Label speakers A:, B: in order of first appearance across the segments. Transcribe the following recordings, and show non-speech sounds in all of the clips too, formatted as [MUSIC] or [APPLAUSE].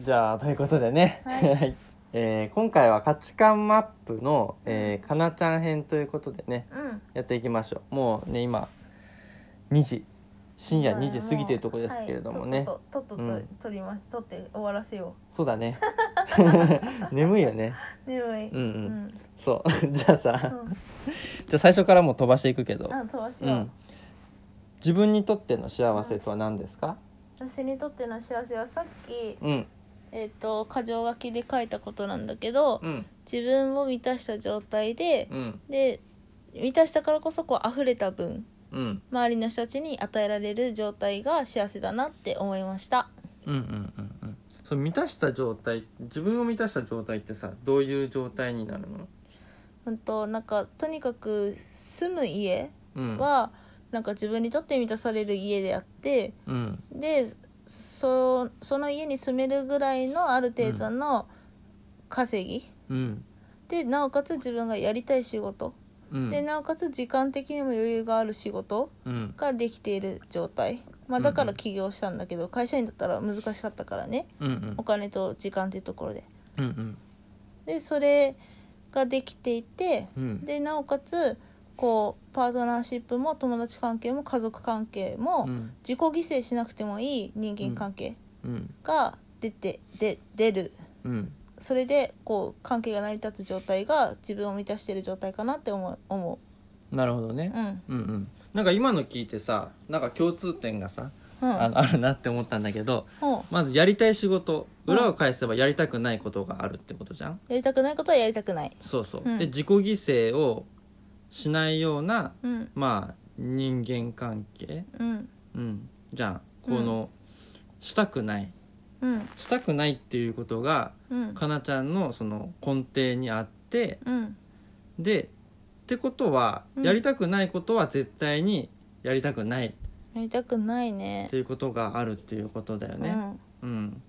A: じゃあということでね、
B: はい
A: はい [LAUGHS] えー今回は価値観マップの、えーかなちゃん編ということでね
B: うん
A: やっていきましょうもうね今2時深夜2時過ぎてるとこですけれどもね、
B: はいとっととと
A: う
B: と
A: ん
B: 取りま取って終わらせよ
A: そうだね眠いよね
B: う眠い
A: うんうん
B: うん
A: そう [LAUGHS] じゃあ
B: う
A: さ
B: ん
A: じゃあ最初からもう飛ばしていくけど、
B: あそうし
A: う
B: よ
A: ん
B: う、
A: 自分にとっての幸せとは何ですか
B: 私にとっての幸せはさっき
A: うん
B: えっ、と箇条書きで書いたことなんだけど
A: うん
B: 自分を満たした状態で
A: うん
B: で満たしたからこそこう溢れた分
A: うん
B: 周りの人たちに与えられる状態が幸せだなって思いました
A: うんうんうんうんそう満たした状態自分を満たした状態ってさどういう状態になるの
B: 本当なんかとにかく住む家
A: うん
B: は、なんか自分にとって満たされる家であって
A: うん
B: でそその家に住めるぐらいのある程度の稼ぎ、
A: うん
B: でなおかつ自分がやりたい仕事、
A: うん
B: でなおかつ時間的にも余裕がある仕事
A: うん
B: ができている状態、まあ、だから起業したんだけど、会社員だったら難しかったからね
A: うんうん
B: お金と時間っていうところで。
A: うん
B: でそれができていて
A: うん
B: でなおかつこうパートナーシップも友達関係も家族関係も
A: うん
B: 自己犠牲しなくてもいい人間関係
A: うん
B: が出てで出る
A: うん
B: それでこう関係が成り立つ状態が自分を満たしている状態かなって思う思
A: なるほどね
B: う、うん
A: うんうんなんか今の聞いてさなんか共通点がさ、
B: うん
A: あのあるなって思ったんだけど
B: うん
A: まずやりたい仕事
B: うん
A: 裏を返せばやりたくないことがあるってことじゃん
B: やりたくないことはやりたくない
A: そうそう、
B: うん
A: で自己犠牲をしないような
B: うん
A: まあ人間関係
B: うん
A: うんじゃあこの、したくない
B: うん
A: したくないっていうことが
B: うん
A: かなちゃんのその根底にあって
B: うん
A: でってことは、
B: うん
A: やりたくないことは絶対にやりたくない
B: やりたくないね
A: っていうことがあるっていうことだよね。うん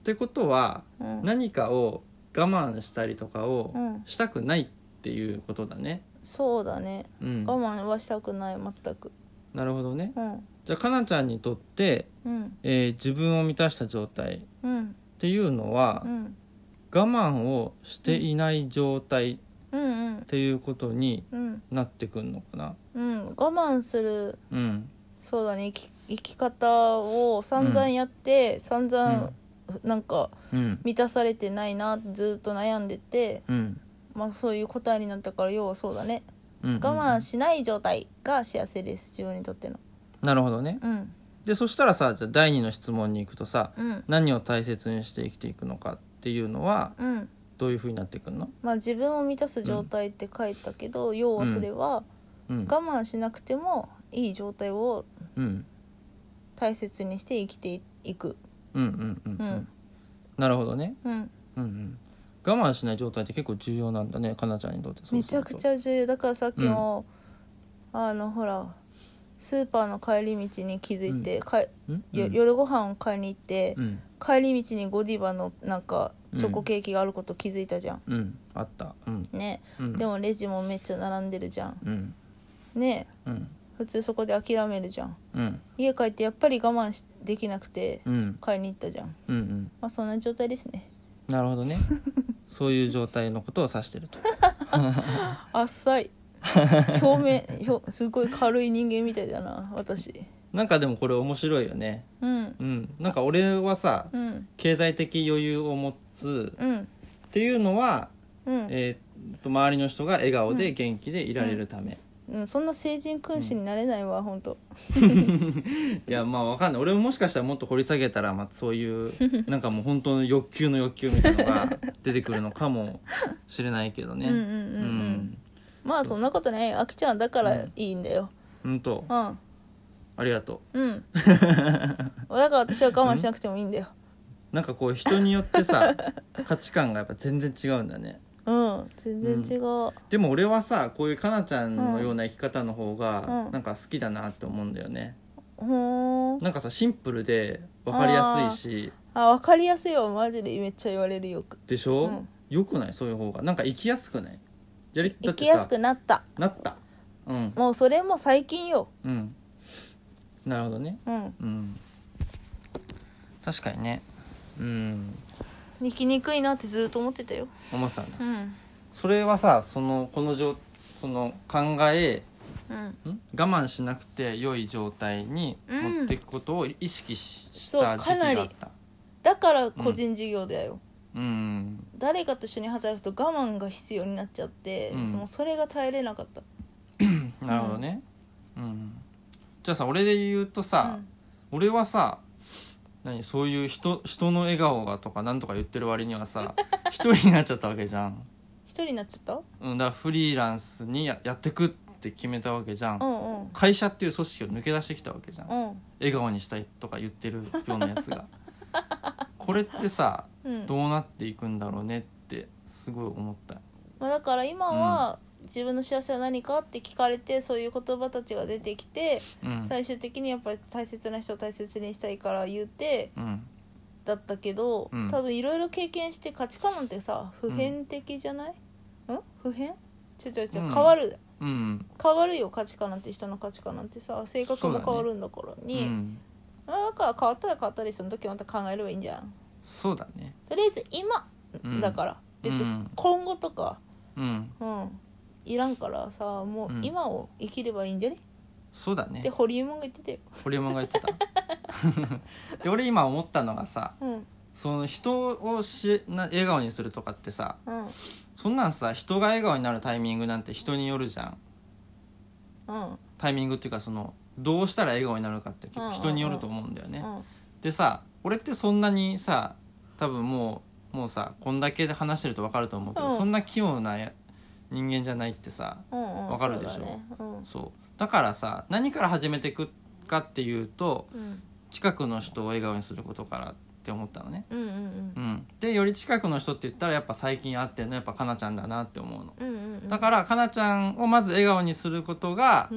A: ってことは
B: うんうん
A: 何かを我慢したりとかを
B: うん
A: したくないっていうことだね。
B: そうだね
A: うん、
B: 我慢はしたくない全く
A: なるほどね。
B: うん
A: じゃあかなちゃんにとって、
B: うん
A: えー自分を満たした状態っ
B: うん
A: ていうのは
B: う、ん
A: 我慢をしていない状態
B: うんうん
A: っていうことに
B: うん、
A: なってくるのかな。
B: うん、我慢する
A: うん、
B: そうだね生き生き方を散々やって、散々、なんか
A: うん、
B: 満たされてないなずっと悩んでて、
A: うん、
B: まあ、そういう答えになったから要はそうだね
A: うん、
B: 我慢しない状態が幸せです自分にとっての
A: なるほどね。
B: うん
A: で、そしたらさ、じゃあ第二の質問に行くとさ、
B: うん
A: 何を大切にして生きていくのかっていうのは
B: うん
A: どういうふうになってくるの？
B: まあ自分を満たす状態って書いたけど、要はそれは
A: うん、
B: 我慢しなくてもいい状態を
A: うん、
B: 大切にして生きていく
A: うん、うん、うん、う
B: うんん。
A: なるほどね。
B: うん
A: うん、うん。我慢しない状態って結構重要なんだね、かなちゃんにとって。
B: めちゃくち
A: ゃ。
B: ゃ重要だからさっきも、あのほらスーパーの帰り道に気づいて、かい
A: うん、
B: よ夜ご飯を買いに行って、
A: うん、
B: 帰り道にゴディバのなんかチョコケーキがあること気づいたじゃん、
A: うん、あった。うん、
B: ね
A: うん、
B: でもレジもめっちゃ並んでるじゃん
A: うん、
B: ね
A: うん、
B: 普通そこで諦めるじゃん
A: うん、
B: 家帰ってやっぱり我慢しできなくて
A: うん、
B: 買いに行ったじゃん
A: うん、うん。
B: まあそんな状態ですね
A: なるほ
B: [LAUGHS]
A: どねそういう状態のことを指してると
B: 浅い表面表すごい軽い人間みたいだな私
A: なんかでもこれ面白いよね
B: うん
A: うんなんか俺はさ
B: うん
A: 経済的余裕を持つ
B: うん
A: っていうのは、
B: うん
A: えーっと周りの人が笑顔で元気でいられるため、
B: うん、そんな成人君主になれないわ、本当。
A: いやまあわかんない俺ももしかしたらもっと掘り下げたら、まあ、そういう
B: [LAUGHS]
A: なんかもう本当の欲求の欲求みたいなのが出てくるのかもしれないけどね
B: うんうんうんうんまあそんなことないよあきちゃんだからいいんだよ。
A: うんうんと
B: うん、
A: ありがとう [LAUGHS]
B: うん。だから私は我慢しなくてもいいんだよ。
A: なんかこう人によって
B: [LAUGHS]
A: さ価値観がやっぱ全然違うんだね
B: うん、全然違う。
A: でも俺はさこういうかなちゃんのような生き方の方が
B: うん
A: なんか好きだなって思うんだよね、
B: ほーん。
A: なんかさシンプルで分かりやすいし
B: あ、わかりやすいわ、マジでめっちゃ言われるよく。
A: でしょ、
B: うん
A: よくないそういう方がなんか生きやすくないやりだ
B: 生
A: って
B: きやす
A: さ
B: くなった。
A: なったうん
B: もうそれも最近よ。
A: うんなるほどね
B: うん、
A: うん確かにねうん
B: 行きにくいなってずっと思ってたよ
A: 思ってたんだ
B: うん
A: それはさそのこの状その考え
B: うん
A: ん我慢しなくて良い状態に
B: うん
A: 持っていくことを意識し,、
B: そう
A: た時期があった
B: だから個人事業だよ、
A: うん
B: 誰かと一緒に働くと我慢が必要になっちゃって、
A: うん
B: そのそれが耐えれなかった
A: なるほどねうん、じゃあさ俺で言うとさ、俺はさ何そういう人人の笑顔がとかなんとか言ってる割には
B: [LAUGHS]
A: さ一人になっちゃったわけじゃん、
B: 一人になっちゃった
A: うん、だからフリーランスにややってくって決めたわけじゃん、
B: うんうん
A: 会社っていう組織を抜け出してきたわけじゃん
B: うん
A: 笑顔にしたいとか言ってるようなやつ
B: [LAUGHS]
A: がこれってさ
B: うん
A: どうなっていくんだろうねってすごい思った
B: まあ、だから今は自分の幸せは何かって聞かれてそういう言葉たちが出てきて
A: うん
B: 最終的にやっぱり大切な人を大切にしたいから言って
A: うん
B: だったけど、
A: うん
B: 多分いろいろ経験して価値観なんてさ普遍的じゃない、ん、普遍ちょちょちょ
A: うん
B: 変わる、
A: うん
B: 変わるよ価値観なんて人の価値観なんてさ性格も変わるんだから
A: う
B: に、
A: ん
B: まあ、だから変わったら変わったりその時また考えればいいんじゃん
A: そうだね
B: とりあえず今、
A: うん
B: だから別
A: う
B: に
A: ん
B: 今後とか
A: うん
B: うんいらんからさもううん今を生きればいいんじゃね、
A: そうだ
B: って
A: ね
B: ホリエモンが言ってたよ、
A: ホリエモンが言
B: [LAUGHS]
A: ってたで俺今思ったのがさ
B: うん
A: その人をしな笑顔にするとかってさ
B: うん、
A: そんなんさ人が笑顔になるタイミングなんて人によるじゃん
B: うん
A: タイミングっていうかそのどうしたら笑顔になるかって結構人によると思うんだよね、
B: うん
A: でさ俺ってそんなにさ多分もうもうさこんだけで話してると分かると思うけど、
B: うん
A: そんな器用なや人間じゃないってさ
B: うんうん
A: わかるでしょ
B: そうだねうん
A: そうだからさ何から始めていくかっていうと
B: うん
A: 近くの人を笑顔にすることからって思ったのね、
B: うんうん
A: うん、でより近くの人って言ったらやっぱ最近会ってるのやっぱかなちゃんだなって思うの
B: うんうんうん
A: だからかなちゃんをまず笑顔にすることが
B: うー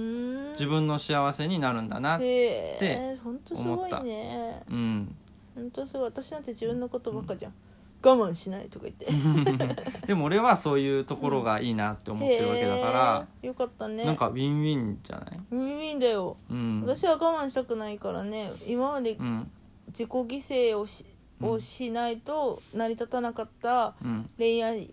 B: ん
A: 自分の幸せになるんだな
B: へ
A: て
B: えほんとすごいね
A: うん
B: ほんとすごい私なんて自分のことばっかじゃん、我慢しないとか言って
A: でも俺はそういうところがいいなって思ってるわけだから、
B: へえよかったね
A: なんかウィンウィンじゃない
B: ウィンウィンだよ
A: うん
B: 私は我慢したくないからね今まで
A: うん
B: 自己犠牲をし,、
A: うん
B: をしないと成り立たなかった
A: うん
B: 恋愛っ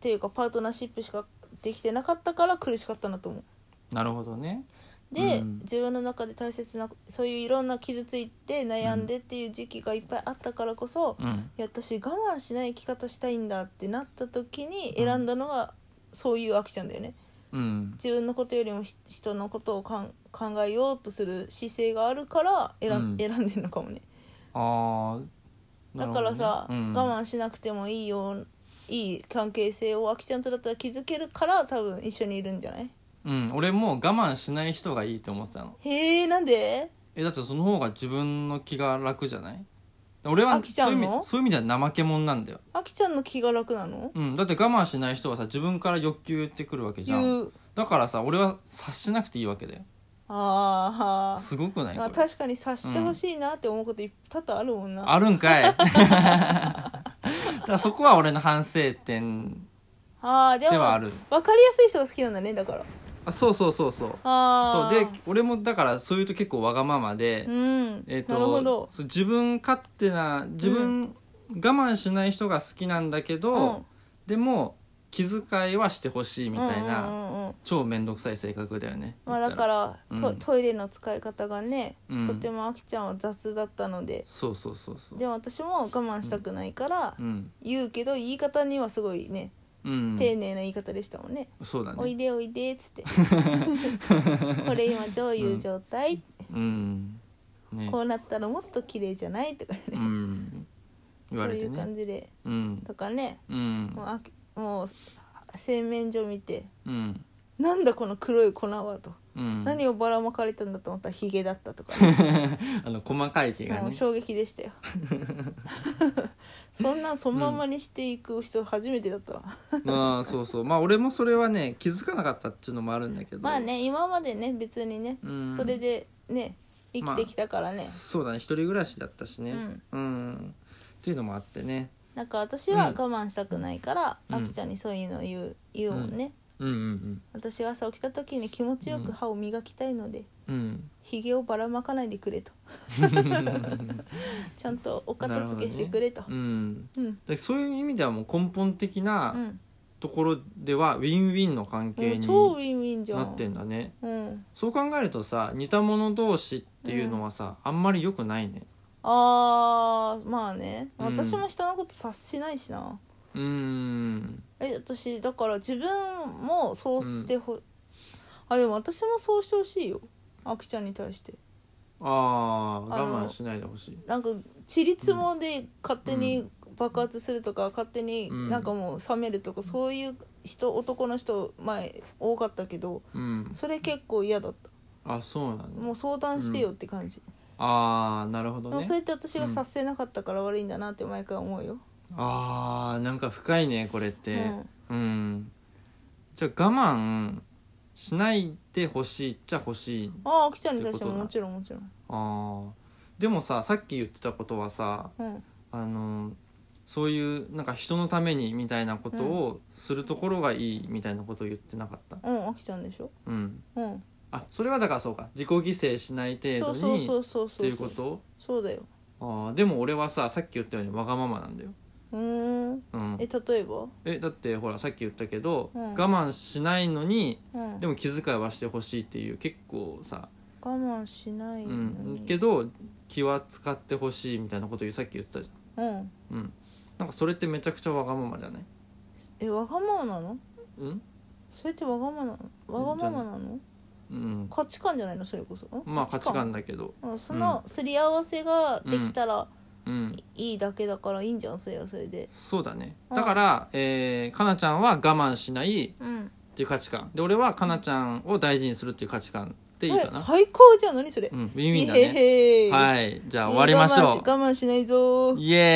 B: ていうかパートナーシップしかできてなかったから苦しかったなと思う
A: なるほどね
B: で、
A: うん
B: 自分の中で大切なそういういろんな傷ついて悩んでっていう時期がいっぱいあったからこそ、
A: うん
B: いや私我慢しない生き方したいんだってなった時に選んだのがそういうあきちゃんだよね
A: うん
B: 自分のことよりもひ人のことをかん考えようとする姿勢があるから選,、
A: うん
B: ん、選んでるのかもね
A: ああ
B: だからさ、
A: 慢
B: 我慢しなくてもいいよいい関係性をあきちゃんとだったら築けるから多分一緒にいるんじゃない
A: うん俺も我慢しない人がいいと思ってたの
B: へえなんで
A: えだってその方が自分の気が楽じゃない俺は
B: 飽きちゃうの
A: そういう意味そういう意味では怠け者なんだよ、
B: あきちゃんの気が楽なの
A: うん、だって我慢しない人はさ自分から欲求言ってくるわけじゃん
B: 言う
A: だからさ俺は察しなくていいわけだよ
B: あー
A: すごくない
B: まあ
A: これ
B: 確かに察してほしいなって思うこといっぱい多々あるもんな
A: あるんかい [LAUGHS] だからそこは俺の反省点
B: あーで
A: で
B: も
A: はある
B: 分かりやすい人が好きなんだねだから
A: あそうそうそうそうそ
B: あ
A: う
B: あ
A: で俺もだからそういうと結構わがままで
B: う、ん、
A: えっ
B: なるほ
A: と
B: ど、
A: そう自分勝手な自分、我慢しない人が好きなんだけど、でも気遣いはしてほしいみたいな、
B: うんうんうんうん
A: 超面倒くさい性格だよね
B: まあ、だからら、ト
A: うん
B: トイレの使い方がね、
A: うん
B: とてもあきちゃんは雑だったので
A: そうそうそうそう
B: でも私も我慢したくないから
A: うん
B: 言うけど言い方にはすごいね
A: うん
B: 丁寧な言い方でしたもんね
A: そうだ
B: 「おい
A: ね
B: でおいで」っ
A: [LAUGHS]
B: つって「これ今どういう状態
A: うんね
B: こうなったらもっと綺麗じゃない?」とかね、
A: うん言われて
B: そういう
A: ね
B: 感じで
A: うん
B: とかね
A: うん
B: もうあきもう洗面所見て
A: うん
B: 「なんだこの黒い粉は」と。
A: うん
B: 何をばらまかれたんだと思ったらヒゲだったとかね、
A: [LAUGHS] あの細かい毛が
B: もう
A: ね
B: 衝撃で
A: [LAUGHS]
B: したよ [LAUGHS] そんなんそのままにしていく人初めてだったわ、
A: [LAUGHS] ああそうそうまあ俺もそれはね気づかなかったっていうのもあるんだけど
B: まあね今までね別にね、
A: うん
B: それでね生きてきたからね、
A: そうだね一人暮らしだったしねうん、っていうのもあってね
B: なんか私は我慢したくないから、
A: うん
B: あきちゃんにそういうの言う言うもんね、
A: うんうん
B: 私は朝起きた時に気持ちよく歯を磨きたいので、
A: うん
B: ひげをばらまかないでく
A: [LAUGHS]
B: れとちゃんとお片付けしてくれと、
A: うん
B: うん
A: でそういう意味ではもう根本的
B: う
A: なんところではウィンウィンの関係
B: もう超ウ
A: に
B: ィンウィンじゃん
A: なってんだね
B: うん、
A: そう考えるとさ似た者同士っていうのはさ、あんまり良くないね
B: あーまあね
A: うん
B: 私も人のこと察しないしな、
A: うーん
B: え私だから自分もそうしてほ、あでも私もそうしてほしいよあきちゃんに対して
A: ああ
B: あの
A: 我慢しないでほしい
B: なんかちりつもで勝手に爆発するとか、勝手に
A: うん
B: なんかもう冷めるとか、そういう人男の人前多かったけど
A: うん
B: それ結構嫌だった
A: あそうなんだ、
B: もう相談してよって感じ、
A: ああなるほ
B: で
A: ど
B: も
A: ね
B: それって私が察せなかったから悪いんだなって毎回思うよ、
A: ああんか深いねこれっ
B: う
A: て
B: ん
A: うん、じゃあ我慢しないでほしいっちゃほしい
B: ああきちゃんに対しても
A: ってことだ
B: もちろんもちろん
A: あーでもささっき言ってたことはさ
B: うん
A: あのそういうなんか人のためにみたいなことをするところがいいみたいなことを言ってなかった
B: うんあきちゃんでしょ
A: うん
B: うん
A: あそれはだからそうか自己犠牲しない程度
B: そうそう
A: に
B: そ
A: っ
B: うそうそ
A: て
B: う
A: いうこと
B: そうだよ
A: あーでも俺はささっき言ったようにわがままなんだよ、
B: うーん
A: うん
B: え、例えば
A: えだってほらさっき言ったけど、
B: うん
A: 我慢しないのに
B: うん
A: でも気遣いはしてほしいっていう結構さ、
B: 我慢しな
A: う
B: いの
A: ん
B: に、
A: けど気は使ってほしいみたいなことをさっき言ってたじ
B: うん
A: ゃん、うん、なんかそれってめちゃくちゃわがままじゃない
B: えわがままなの
A: うん、
B: それってわがままなのわがままなの
A: うん、
B: 価値観じゃないのそれこそ
A: まあ価値観だけど、
B: うんそのすり合わせができたら
A: うん、
B: いいだけだからいいんじゃんそれはそれで
A: そうだね
B: うん
A: だから、えー、かなちゃんは我慢しない
B: うん
A: っていう価値観で俺はかなちゃんを大事にするっていう価値観でいいか
B: え
A: な、
B: 最高じゃん何それ
A: うん、ウィンウィ
B: い
A: ンだ
B: へ
A: ね
B: へ
A: はいじゃあ終わりましょ
B: も我慢し我慢しないぞー
A: うイエーイ